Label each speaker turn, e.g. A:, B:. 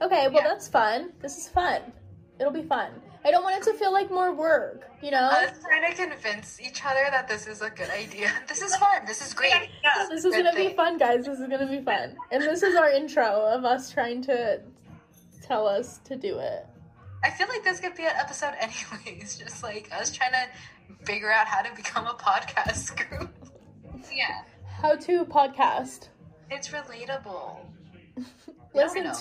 A: Okay, well
B: Yeah.
A: that's fun. This is fun. It'll be fun. I don't want it to feel like more work, you know?
B: Us trying to convince each other that this is a good idea. This is fun. This is great.
C: Yeah.
A: this is
B: good
A: gonna be
B: thing.
A: fun, guys. This is gonna be fun. And this is our intro of us trying to tell us to do it.
B: I feel like this could be an episode anyways. Just like us trying to figure out how to become a podcast group.
C: yeah.
A: How to podcast.
B: It's relatable.
A: Listen
B: know.